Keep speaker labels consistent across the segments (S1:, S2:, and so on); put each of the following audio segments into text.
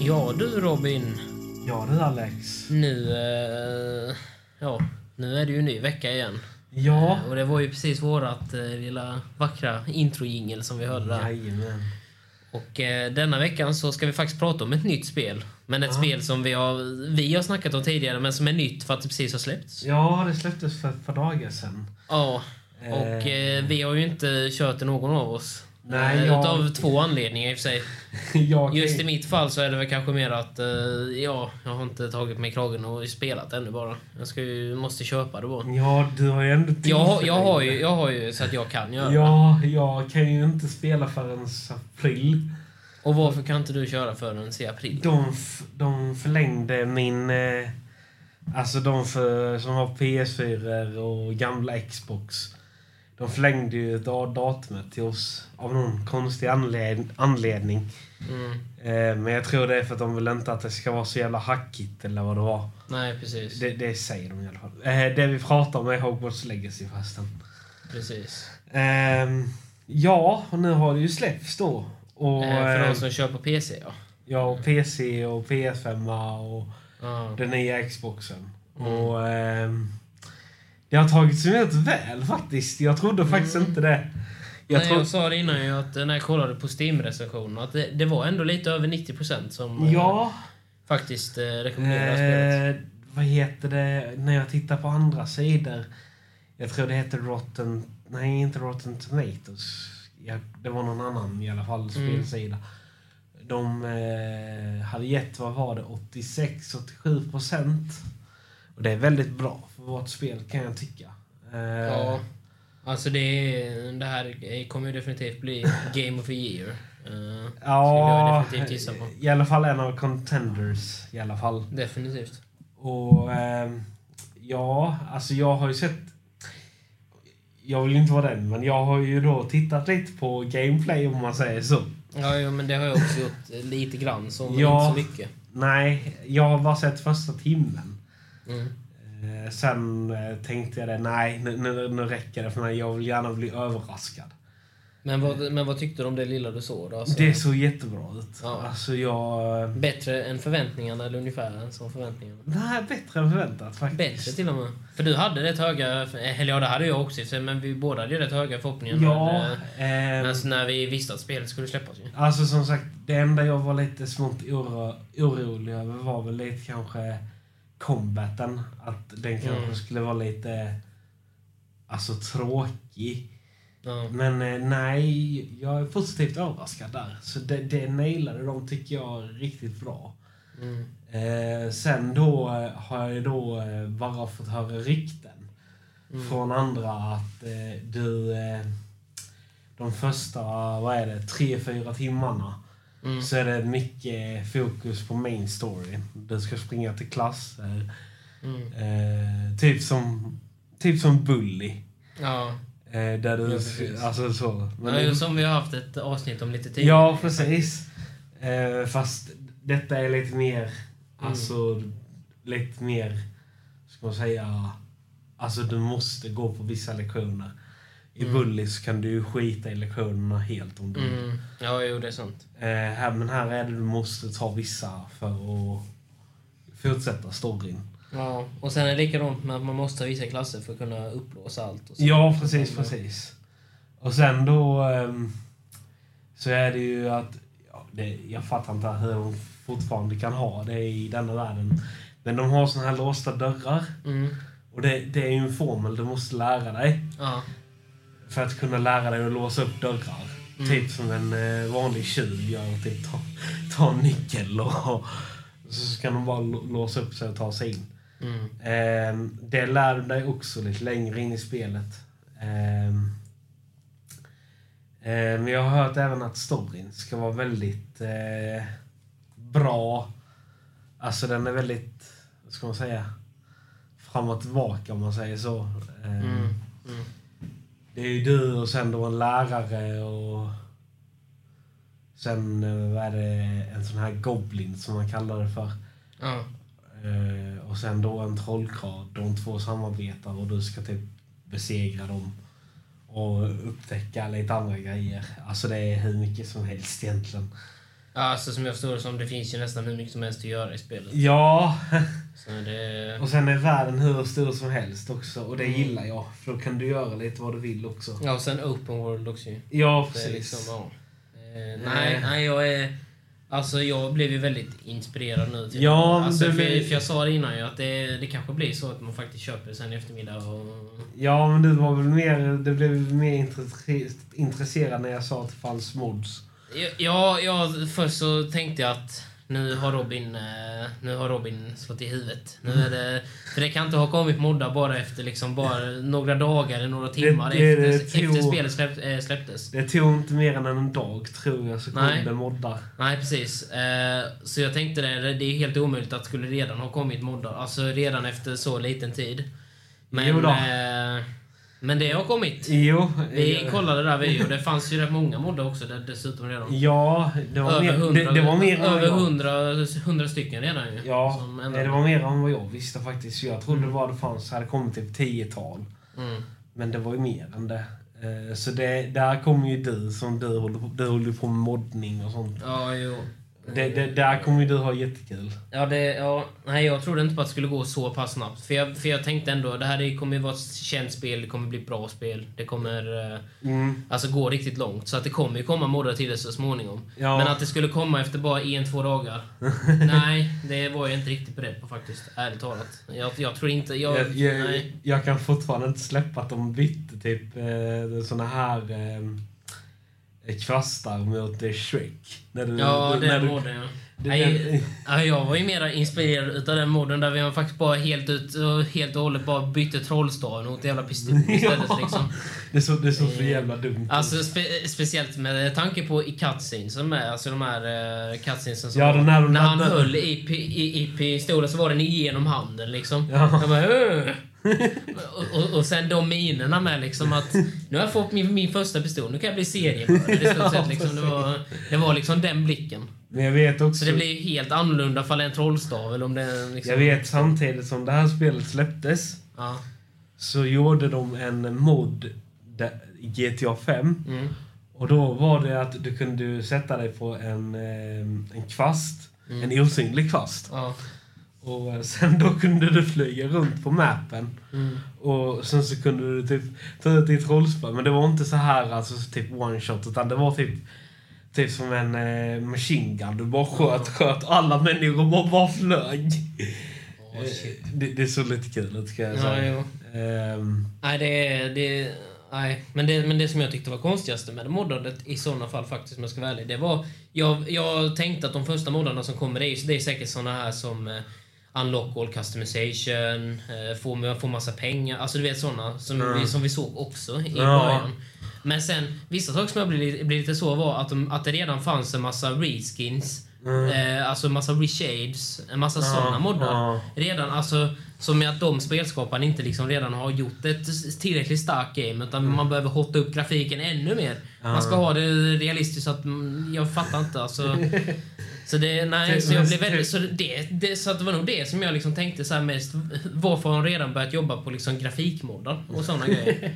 S1: Ja du Robin,
S2: Ja du Alex.
S1: nu... Eh, ja, nu är det ju en ny vecka igen.
S2: Ja.
S1: Eh, Och det var ju precis vårat eh, lilla vackra introjingel som vi hörde där.
S2: Jajamän.
S1: Och eh, denna veckan så ska vi faktiskt prata om ett nytt spel. Men ett spel som vi har, vi har snackat om tidigare men som är nytt för att det precis har släppts.
S2: Ja, det släpptes för ett par dagar sedan.
S1: Ja. Och eh, vi har ju inte kört det någon av oss.
S2: Nej,
S1: Eh,
S2: jag-
S1: Utav två anledningar i och för sig.
S2: jag,
S1: Just i mitt fall så är det väl kanske mer att eh, ja, jag har inte tagit mig i kragen och spelat ännu bara. Jag ska ju, måste köpa det bara.
S2: Ja, du har ju ändå tid
S1: Jag, har-
S2: för
S1: jag,
S2: dig.
S1: har ju, jag har ju så att jag kan göra det.
S2: Ja, jag kan ju inte spela förrän april.
S1: Och varför kan inte du köra förrän i april?
S2: De, f- de förlängde min... Eh, alltså de för, som har PS4 och gamla Xbox. De förlängde ju da- datumet till oss av någon konstig anled- anledning.
S1: Mm.
S2: Eh, men jag tror det är för att de vill inte att det ska vara så jävla hackigt eller vad det var.
S1: Nej, precis.
S2: Det, det säger de i alla fall. Eh, det vi pratar om är Hogwarts Legacy förresten.
S1: precis.
S2: Ehm, ja, och nu har det ju släppts då. Och,
S1: eh, för
S2: eh,
S1: de som kör på PC, ja.
S2: ja, och PC och PS5 och
S1: Ja.
S2: den nya Xboxen.
S1: Mm.
S2: Och ehm, det har tagits emot väl faktiskt. Jag trodde faktiskt inte det.
S1: Mm.
S2: Jag
S1: Nej,
S2: tro-
S1: jag sa det innan ju att eh, när jag kollade på Steam-recensionen att det, det var ändå lite över 90% som eh,
S2: Ja,
S1: faktiskt eh, rekommenderar spelet.
S2: eh, vad heter det när jag tittar på andra sidor? Jag tror det heter Rotten... Nej, inte Rotten Tomatoes. Jag, det var någon annan i alla fall
S1: Mm.
S2: spelsida. De eh, hade gett, vad var det, 86-87 procent. Och det är väldigt bra för vårt spel kan jag tycka. Eh,
S1: Ja. Alltså det, är- det här kommer ju definitivt bli Game of the Year. Eh, skulle jag
S2: Ja,
S1: definitivt gissa på.
S2: i alla fall en av contenders i alla fall.
S1: Definitivt.
S2: Och ehm, ja, alltså jag har ju sett... Jag vill inte vara den, men jag har ju då tittat lite på gameplay om man säger så.
S1: Ja, jo, men det har jag också gjort eh, lite grann, så, men
S2: Ja.
S1: inte så mycket.
S2: Nej, jag har bara sett första timmen.
S1: Mm.
S2: Eh, sen eh, tänkte jag det, nej nu, nu, nu räcker det för mig. Jag vill gärna bli överraskad.
S1: Men, vad, men vad tyckte du om det lilla du såg då? Alltså,
S2: Det såg jättebra ut.
S1: Ja.
S2: Alltså jag...
S1: Bättre än förväntningarna, eller ungefär som förväntningarna?
S2: Nej, bättre än förväntat faktiskt.
S1: Bättre till och med. För du hade rätt höga, eller ja det hade jag också i och för sig, men vi båda hade ju rätt höga förhoppningar.
S2: Ja.
S1: När,
S2: ehm,
S1: eh, alltså, när vi visste att spelet skulle släppas ju.
S2: Alltså som sagt, det enda jag var lite smått oro, orolig över var väl lite kanske combaten. Att den kanske
S1: Mm.
S2: skulle vara lite alltså tråkig.
S1: Ja.
S2: Men eh, nej, jag är positivt överraskad där. Så det, det nailade de tycker jag riktigt bra.
S1: Mm.
S2: Eh, sen då eh, har jag ju då eh, bara fått höra rykten
S1: Mm.
S2: från andra att eh, du eh, de första, vad är det, tre, fyra timmarna
S1: Mm.
S2: så är det mycket fokus på main story. Du ska springa till klasser.
S1: Mm.
S2: Eh, typ som typ som Bully.
S1: Ja.
S2: Eh, där
S1: Ja,
S2: du,
S1: precis.
S2: alltså så. Men
S1: ja,
S2: det-
S1: ju som vi har haft ett avsnitt om lite tidigare.
S2: Ja, precis. Eh, fast detta är lite mer,
S1: Mm.
S2: alltså lite mer, ska man säga, alltså du måste gå på vissa lektioner. I Bully så kan du ju skita i lektionerna helt om du vill.
S1: Mm. Ja, jo det är sant.
S2: Eh, här, Men här är det du måste ta vissa för att fortsätta storyn.
S1: Ja. Och sen är det likadant med att man måste ha vissa klasser för att kunna upplåsa allt. Och så.
S2: Ja, precis, precis. Och sen då ehm, så är det ju att ja, det, jag fattar inte hur de fortfarande kan ha det i denna världen. Men de har såna här låsta dörrar
S1: Mm.
S2: och det, det är ju en formel du måste lära dig
S1: Ja.
S2: för att kunna lära dig att låsa upp dörrar. Typ som en eh, vanlig tjuv gör, typ ta, ta en nyckel och, och så ska de bara lå- låsa upp sig och ta sig in.
S1: Mm.
S2: Ehm, det lär du dig också lite längre in i spelet. Ehm, eh, men jag har hört även att storyn ska vara väldigt eh, bra. Alltså den är väldigt, vad ska man säga, fram och tillbaka om man säger så. Ehm,
S1: Mm. Mm.
S2: Det är ju du och sen då en lärare och sen eh, vad är det en sån här goblin som man kallar det för.
S1: Ja.
S2: Eh, och sen då en trollkarl. De två samarbetar och du ska typ besegra dem och upptäcka lite andra grejer. Alltså det är hur mycket som helst egentligen.
S1: Ja, alltså som jag förstår det som, det finns ju nästan hur mycket som helst att göra i spelet.
S2: Ja,
S1: Så det...
S2: och sen är världen hur stor som helst också och det gillar jag. För då kan du göra lite vad du vill också.
S1: Ja, och sen open world också ju.
S2: Ja,
S1: Det
S2: precis.
S1: är liksom, ja. Eh,
S2: Nej.
S1: nej, nej, jag är... Alltså jag blev ju väldigt inspirerad nu. till-
S2: Ja, men
S1: alltså,
S2: det
S1: för,
S2: blir-
S1: för jag sa det innan ju att det, det kanske blir så att man faktiskt köper det sen i eftermiddag och...
S2: Ja, men du var väl mer, du blev mer intresse- intresserad när jag sa att det fanns mods.
S1: Ja, ja, först så tänkte jag att nu har Robin, eh, nu har Robin slått i huvudet. Nu är det, för det kan inte ha kommit moddar bara efter liksom bara några dagar eller några timmar
S2: Det- det- det
S1: efter,
S2: tror-
S1: efter spelet släpp, eh, släpptes.
S2: Det tog inte mer än en dag, tror jag, så kom
S1: Nej.
S2: det moddar.
S1: Nej, precis. Eh, Så jag tänkte det, det är helt omöjligt att det skulle redan ha kommit moddar. Alltså redan efter så liten tid.
S2: Jo
S1: Men,
S2: då.
S1: eh, men det har kommit.
S2: Jo.
S1: Vi
S2: eh,
S1: kollade där vi och det fanns ju rätt många moddar också där, dessutom redan.
S2: Ja, det var
S1: över
S2: mer,
S1: 100,
S2: det, det var mer än vad
S1: över
S2: jag-
S1: 100, 100 stycken redan ju.
S2: Ja,
S1: som
S2: nej,
S1: ändrade.
S2: det var mer än vad jag visste faktiskt. Jag trodde bara det fanns, hade kommit typ tiotal.
S1: Mm.
S2: Men det var ju mer än det. Eh, Så det, där kommer ju du som du håller på, du håller på med moddning och sånt.
S1: Ja, jo.
S2: Det, det, där kommer ju du ha jättekul.
S1: Ja, det, ja, nej, jag trodde inte på att det skulle gå så pass snabbt. För jag, för jag tänkte ändå, det här är- kommer ju vara ett känt spel, det kommer bli ett bra spel. Det kommer eh,
S2: Mm.
S1: alltså gå riktigt långt. Så att det kommer ju komma moddar till det så småningom.
S2: Ja.
S1: Men att det skulle komma efter bara en, två dagar. nej, det var jag inte riktigt beredd på faktiskt. Ärligt talat. Jag, jag tror inte... Jag,
S2: Jag, jag,
S1: nej.
S2: jag kan fortfarande inte släppa att de bytte typ eh, såna här eh, kvastar mot eh, Shrek. När du,
S1: Ja,
S2: Eh, när
S1: den
S2: du-
S1: modden ja.
S2: det-
S1: Nej, ja, jag var ju mer inspirerad utav den modden där vi faktiskt bara helt ut och helt och hållet bara bytte trollstaven mot jävla pistol istället
S2: Ja.
S1: liksom.
S2: Det såg det såg så jävla dumt ut.
S1: Eh, Alltså spe speciellt med tanke på i cutscenes som är, alltså de här uh, cutscenesen som
S2: Ja,
S1: var.
S2: den här-
S1: när han
S2: den-
S1: höll i, pi- i, i pistolen så var den igenom handen liksom.
S2: Ja.
S1: Jag bara, "Åh." och, och, och sen de minerna med liksom att nu har jag fått min, min första pistol, nu kan jag bli seriemördare i
S2: Ja,
S1: stort sett. Liksom. Det, var, det var liksom den blicken.
S2: Men jag vet också...
S1: Så det blir ju helt annorlunda ifall det är en trollstav eller om det är liksom...
S2: Jag vet samtidigt som det här spelet släpptes
S1: Ja.
S2: så gjorde de en mod där- i GTA 5.
S1: Mm.
S2: Och då var det att du kunde ju sätta dig på en, eh, en kvast.
S1: Mm.
S2: En osynlig kvast.
S1: Ja.
S2: Och eh, sen då kunde du flyga runt på mappen.
S1: Mm.
S2: Och sen så kunde du typ ta ut ditt rollspel. Men det var inte så här alltså så typ one shot utan det var typ Typ som en eh, machine gun. Du bara sköt, sköt. Alla människor bara, bara flög.
S1: Åh, shit.
S2: Eh, det, det såg lite kul ut kan jag
S1: Ja,
S2: säga.
S1: jo.
S2: Ehm,
S1: Nej, det är... Det, nej. Men, det, men det som jag tyckte var konstigaste med moddandet i sådana fall faktiskt, om jag ska vara ärlig, det var... Jag, jag tänkte att de första moddarna som kommer, det är, det är säkert såna här som eh, Unlock all customization, eh, får, får massa pengar, alltså du vet såna som, vi, som vi såg också i
S2: Ja.
S1: början. Men sen, vissa saker som jag blev, li- blev lite så var att, de, att det redan fanns en massa reskins,
S2: Mm.
S1: eh, alltså en massa reshades, en massa alltså såna moddar.
S2: ja.
S1: Redan, alltså, som i att de spelskaparna inte liksom redan har gjort ett s- tillräckligt starkt game utan
S2: Mm.
S1: man behöver hotta upp grafiken ännu mer. Man ska ha det realistiskt så att mm, jag fattar inte alltså. Så det, nej,
S2: Typ,
S1: så jag
S2: men
S1: blev väldigt,
S2: typ-
S1: så det, det, så att det var nog det som jag liksom tänkte så här mest. Varför har de redan börjat jobba på liksom grafikmoddar och sådana grejer?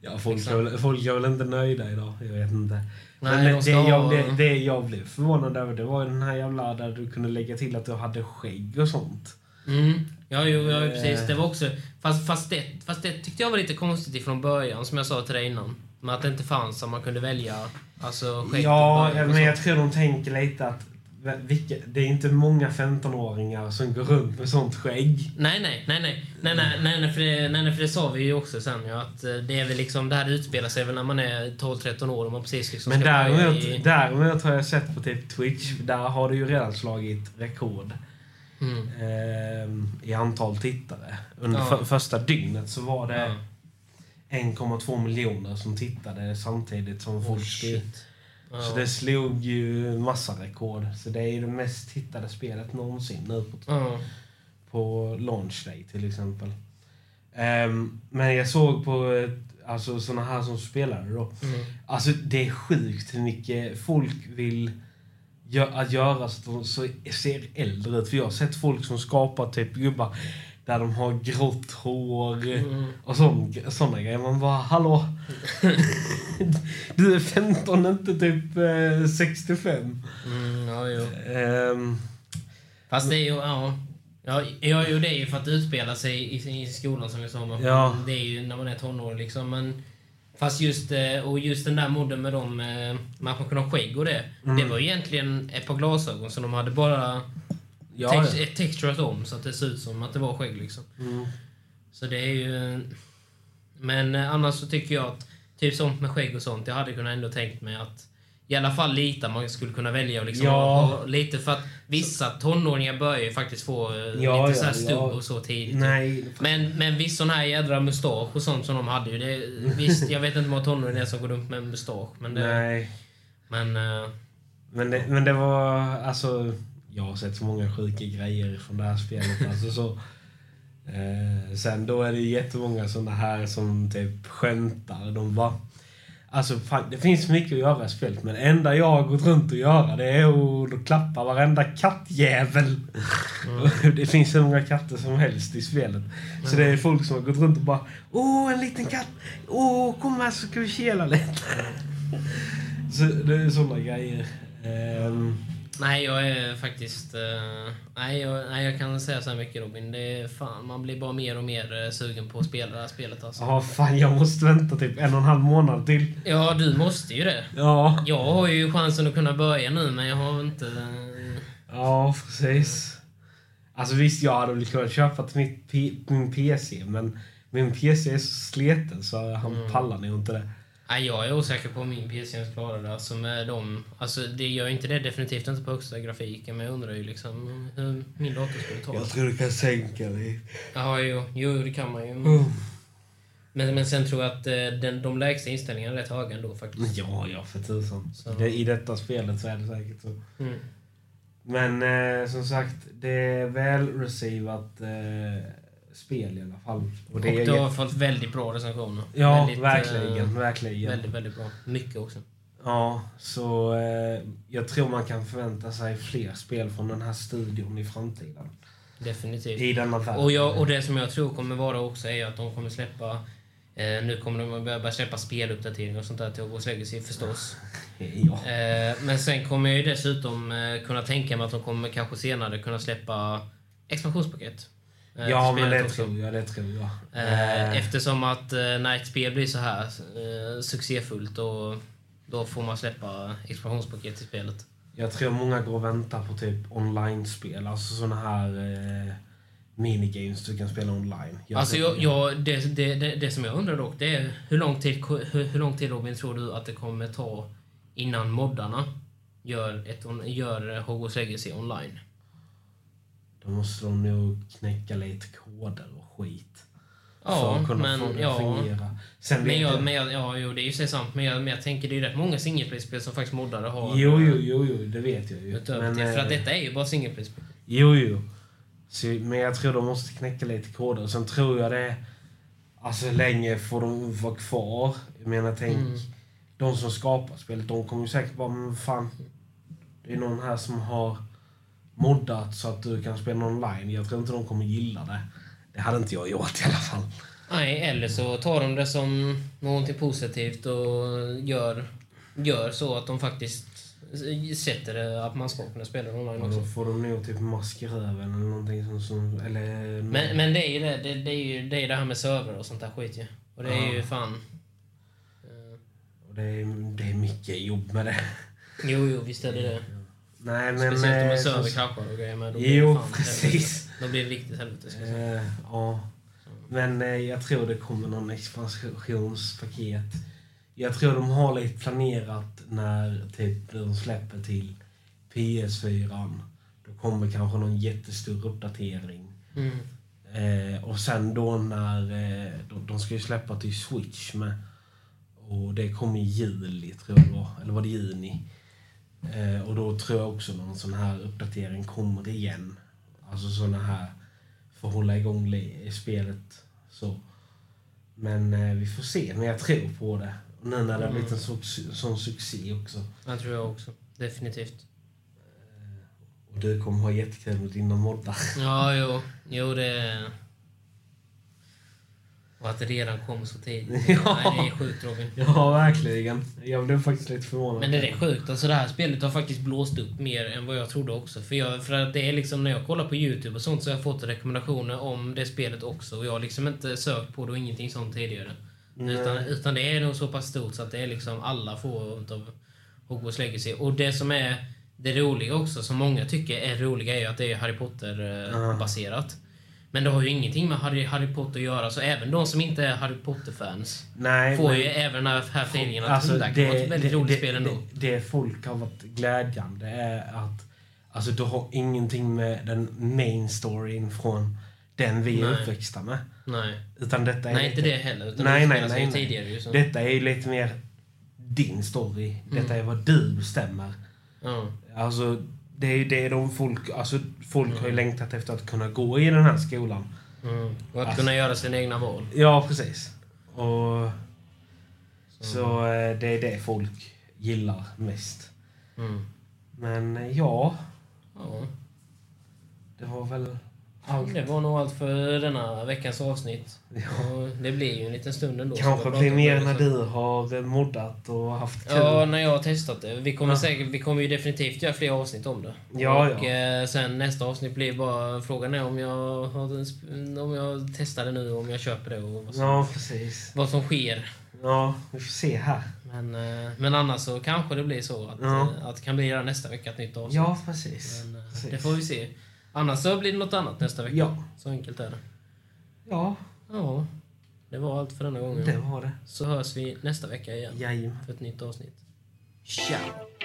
S2: Ja, folk, är väl, folk är väl inte nöjda idag. Jag vet inte. Men
S1: Nej, de
S2: det,
S1: ska ha-
S2: jag, det, det jag blev förvånad över det var ju den här jävla där du kunde lägga till att du hade skägg och sånt.
S1: Mm. Ja, jo,
S2: Eh.
S1: ja, precis. Det var också... Fast, fast, det, fast det tyckte jag var lite konstigt ifrån början, som jag sa till dig innan. Men att det inte fanns, att man kunde välja alltså, skägg
S2: Ja,
S1: och början och
S2: men jag
S1: sånt.
S2: tror de tänker lite att v- vilka, det är inte många 15-åringar som går runt med sånt skägg.
S1: Nej, nej, nej, nej, nej, nej, nej, nej, för det, nej, nej, för det sa vi ju också sen ju att eh, det är väl liksom, det här utspelar sig väl när man är 12-13 år och man precis liksom
S2: Men
S1: ska börja
S2: däremot,
S1: i-
S2: däremot har jag sett på typ Twitch, där har det ju redan slagit rekord
S1: Mm.
S2: ehm, i antal tittare. Under
S1: Ja.
S2: för, första dygnet så var det
S1: Ja.
S2: 1,2 miljoner som tittade samtidigt som
S1: Oh,
S2: folk skrev.
S1: shit. Ja.
S2: Så det slog ju massa rekord. Så det är ju det mest tittade spelet någonsin nu på,
S1: Ja.
S2: på launch day till exempel. Ehm, men jag såg på eh, alltså, såna här som spelare då.
S1: Mm.
S2: Alltså det är sjukt hur mycket folk vill gö- att göra så att de så ser äldre ut. För jag har sett folk som skapar typ gubbar. Där de har grått hår
S1: Mm.
S2: och sån, såna grejer. Man bara, hallå? du är 15, inte typ eh, 65.
S1: Mm, ja, jo.
S2: Ehm,
S1: Fast det är ju... Ja. Ja, ja, jo, det är ju för att utspela sig i, i skolan som vi sa. Man,
S2: Ja.
S1: Det är ju när man är tonåring liksom. Men, fast just, eh, och just den där modden med dem, eh, man kan ha skägg och det. Det var ju egentligen ett par glasögon som de hade bara
S2: ja,
S1: tex,
S2: ja.
S1: eh, texturat om så att det ser ut som att det var skägg liksom.
S2: Mm.
S1: Så det är ju... Men eh, annars så tycker jag att typ sånt med skägg och sånt, jag hade kunnat ändå tänkt mig att i alla fall lite man skulle kunna välja och liksom
S2: Ja.
S1: ha, ha lite för att vissa tonåringar börjar ju faktiskt få eh,
S2: Ja,
S1: lite så här
S2: ja,
S1: stubb
S2: ja.
S1: och så tidigt.
S2: Nej,
S1: Men, men visst sån här jädra mustasch och sånt som de hade ju. Det, visst, jag vet inte hur många tonåringar som går runt med en mustasch. Men, det,
S2: nej.
S1: men eh,
S2: Men det, men det var, alltså, jag har sett så många sjuka grejer från det här spelet. Alltså, så, eh, sen då är det ju jättemånga sådana här som typ skämtar. De bara, alltså fan, det finns mycket att göra i spelet men det enda jag har gått runt och göra det är att klappa varenda kattjävel. det finns hur många katter som helst i spelet. Så det är folk som har gått runt och bara, åh en liten katt, åh kom här så ska vi kela lite. Så det är sådana grejer. Ehm,
S1: Nej, jag är faktiskt... eh, nej, jag, nej, jag kan säga så här mycket Robin. Det är, fan, man blir bara mer och mer eh, sugen på att spela det här spelet alltså.
S2: Ja, fan jag måste vänta typ en och en halv månad till.
S1: Ja, du måste ju det.
S2: Ja.
S1: Jag har ju chansen att kunna börja nu, men jag har inte... eh,
S2: Ja, precis. Alltså visst, jag hade väl kunnat köpa till mitt P- min PC, men min PC är så sliten så han
S1: Mm.
S2: pallar nog inte det.
S1: Nej, jag är osäker på om min PC ens klarar det. Alltså, med dem, alltså, det gör ju inte det, definitivt inte på högsta grafiken, men jag undrar ju liksom hur min dator skulle ta det.
S2: tror du kan sänka dig.
S1: Ja, jo, jo, det kan man ju.
S2: Mm.
S1: Men, men sen tror jag att eh, den, de lägsta inställningarna är rätt höga ändå faktiskt.
S2: Ja, ja för tusan.
S1: Så.
S2: Det, I detta spelet så är det säkert så.
S1: Mm.
S2: Men eh, som sagt, det är väl receivat eh, spel i alla fall. Och det
S1: Och
S2: är
S1: du har
S2: jätte-
S1: fått väldigt bra recensioner.
S2: Ja,
S1: Väldigt, eh,
S2: verkligen, verkligen.
S1: Väldigt, väldigt bra. Mycket också.
S2: Ja, så eh, jag tror man kan förvänta sig fler spel från den här studion i framtiden.
S1: Definitivt.
S2: I denna världen.
S1: Och, jag, och det som jag tror kommer vara också är att de kommer släppa... Eh, nu kommer de börja börja släppa speluppdateringar och sånt där till Hogwarts Legacy förstås.
S2: Ja.
S1: Eh, men sen kommer jag ju dessutom eh, kunna tänka mig att de kommer kanske senare kunna släppa expansionspaket. eh, till
S2: ja, men
S1: spelet
S2: det
S1: också.
S2: tror jag. Det tror jag.
S1: Eh,
S2: Eh,
S1: Eftersom att eh, när ett spel blir så här eh, succéfullt då, då får man släppa expansionspaket till spelet.
S2: jag tror många går och väntar på typ online-spel. Alltså såna här eh, minigames du kan spela online. Jag
S1: Alltså,
S2: tror-
S1: jag, jag, det, det, det, det som jag undrar dock, det är hur lång, tid, hur, hur lång tid Robin tror du att det kommer ta innan moddarna gör, ett, on- gör Hogwarts Legacy online?
S2: Då måste de nog knäcka lite koder och skit.
S1: Ja, men, ja.
S2: fungera. Sen
S1: Men
S2: vet
S1: jag,
S2: jag-
S1: men jag, ja, jo, det är ju sig sant, men jag, men jag tänker det är ju rätt många singleplay-spel som faktiskt moddare har.
S2: Jo, jo, jo, jo, det vet jag ju.
S1: Utöver det, för
S2: eh,
S1: att detta är ju bara singleplay-spel.
S2: Jo, jo. Så, men jag tror de måste knäcka lite koder. Sen tror jag det... Alltså hur länge får de vara kvar? Jag menar, tänk...
S1: Mm.
S2: De som skapar spelet, de kommer ju säkert bara, men fan... Det är någon här som har moddat så att du kan spela online. Jag tror inte de kommer gilla det. Det hade inte jag gjort i alla fall.
S1: Mm. Nej, eller så tar de det som någonting positivt och gör, gör så att de faktiskt sätter det att man ska kunna spela det online
S2: Och då
S1: också.
S2: får de nog typ mask i röven eller någonting som... som eller...
S1: Men, men det är ju det, det, det, är ju, det är det här med server och sånt där skit ju. Och det är ju fan...
S2: Och det, är, det är mycket jobb med det.
S1: Jo, jo, visst är det det.
S2: Nej, men...
S1: Speciellt om en
S2: eh, som-
S1: server kraschar och grejer med. Då blir det
S2: Jo,
S1: fan
S2: precis.
S1: helvete. Då blir det riktigt helvete. Ska jag säga.
S2: Eh, ja. Men eh, jag tror det kommer någon expansionspaket. Jag tror de har lite planerat när typ de släpper till PS4. Då kommer kanske någon jättestor uppdatering.
S1: Mm.
S2: Eh, och sen då när... Eh, de, de ska ju släppa till Switch med. Och det kommer i juli, tror jag det var. Eller var det juni? Eh, och då tror jag också någon sån här uppdatering kommer igen. Alltså såna här... För att hålla igång li- spelet. Så. Men eh, vi får se. Men jag tror på det. Och nu när det har blivit en sån, sån succé också.
S1: Det tror jag också. Definitivt.
S2: Och du kommer ha jättekul mot dina moddar.
S1: Ja, jo. Jo, det... Och att det redan kom så tidigt.
S2: Ja.
S1: Nej, det är sjukt Robin.
S2: Ja, verkligen. Jag blev faktiskt lite förvånad.
S1: Men det är sjukt. Alltså det här spelet har faktiskt blåst upp mer än vad jag trodde också. För, jag, för att det är liksom när jag kollar på Youtube och sånt så har jag fått rekommendationer om det spelet också. Och jag har liksom inte sökt på det och ingenting sånt tidigare. Utan, utan det är nog så pass stort så att det är liksom alla får utav Hogwarts Legacy. Och det som är det roliga också, som många tycker är roliga, är ju att det är Harry
S2: Ja.
S1: Potter-baserat. Men det har ju ingenting med Harry, Harry Potter att göra, så även de som inte är Harry Potter-fans
S2: Nej,
S1: får
S2: men-
S1: ju även den här feelingen att
S2: Alltså,
S1: det här kan vara ett väldigt roligt spel ändå.
S2: Det, det folk har varit glädjande är att alltså, du har ingenting med den main storyn från den vi är
S1: Nej.
S2: uppväxta med.
S1: Nej.
S2: Utan detta är
S1: Nej,
S2: lite,
S1: inte det heller. Utan
S2: Nej,
S1: det
S2: nej,
S1: spelar sig
S2: nej,
S1: ju
S2: nej.
S1: tidigare ju. Så.
S2: Detta är ju lite mer din story. Detta
S1: Mm.
S2: är vad du bestämmer.
S1: Ja.
S2: Alltså, det är ju det de folk... Alltså, folk har ju längtat efter att kunna gå i den här skolan.
S1: Mm. Och att
S2: Alltså-
S1: kunna göra sina egna val.
S2: Ja, precis. Och... Så eh, det är det folk gillar mest.
S1: Mm.
S2: Men eh, ja,
S1: Ja.
S2: det var väl allt.
S1: Det var nog allt för denna veckans avsnitt. Och det blir ju en liten stund ändå.
S2: Kanske
S1: som vi
S2: blir
S1: pratar
S2: mer
S1: om det,
S2: när
S1: så-
S2: du har eh, moddat och haft kul.
S1: Ja, när jag har testat det. Vi kommer,
S2: Ja.
S1: säkert, vi kommer ju definitivt göra fler avsnitt om det.
S2: Ja,
S1: och
S2: ja.
S1: Eh, sen nästa avsnitt blir bara... Frågan är om jag, har den sp- om jag testar det nu, om jag köper det och vad som,
S2: ja, precis.
S1: vad som sker.
S2: Ja, vi får se här.
S1: Men, eh, men annars så kanske det blir så att,
S2: Ja.
S1: eh, att det kan bli redan nästa vecka ett nytt avsnitt.
S2: Ja, precis.
S1: Men, eh,
S2: precis.
S1: det får vi se. Annars så blir det något annat nästa vecka.
S2: Ja.
S1: Så enkelt är det.
S2: Ja,
S1: Ja, det var allt för denna gången.
S2: det var det.
S1: Så hörs vi nästa vecka igen
S2: Jajamän.
S1: för ett nytt avsnitt. Ciao!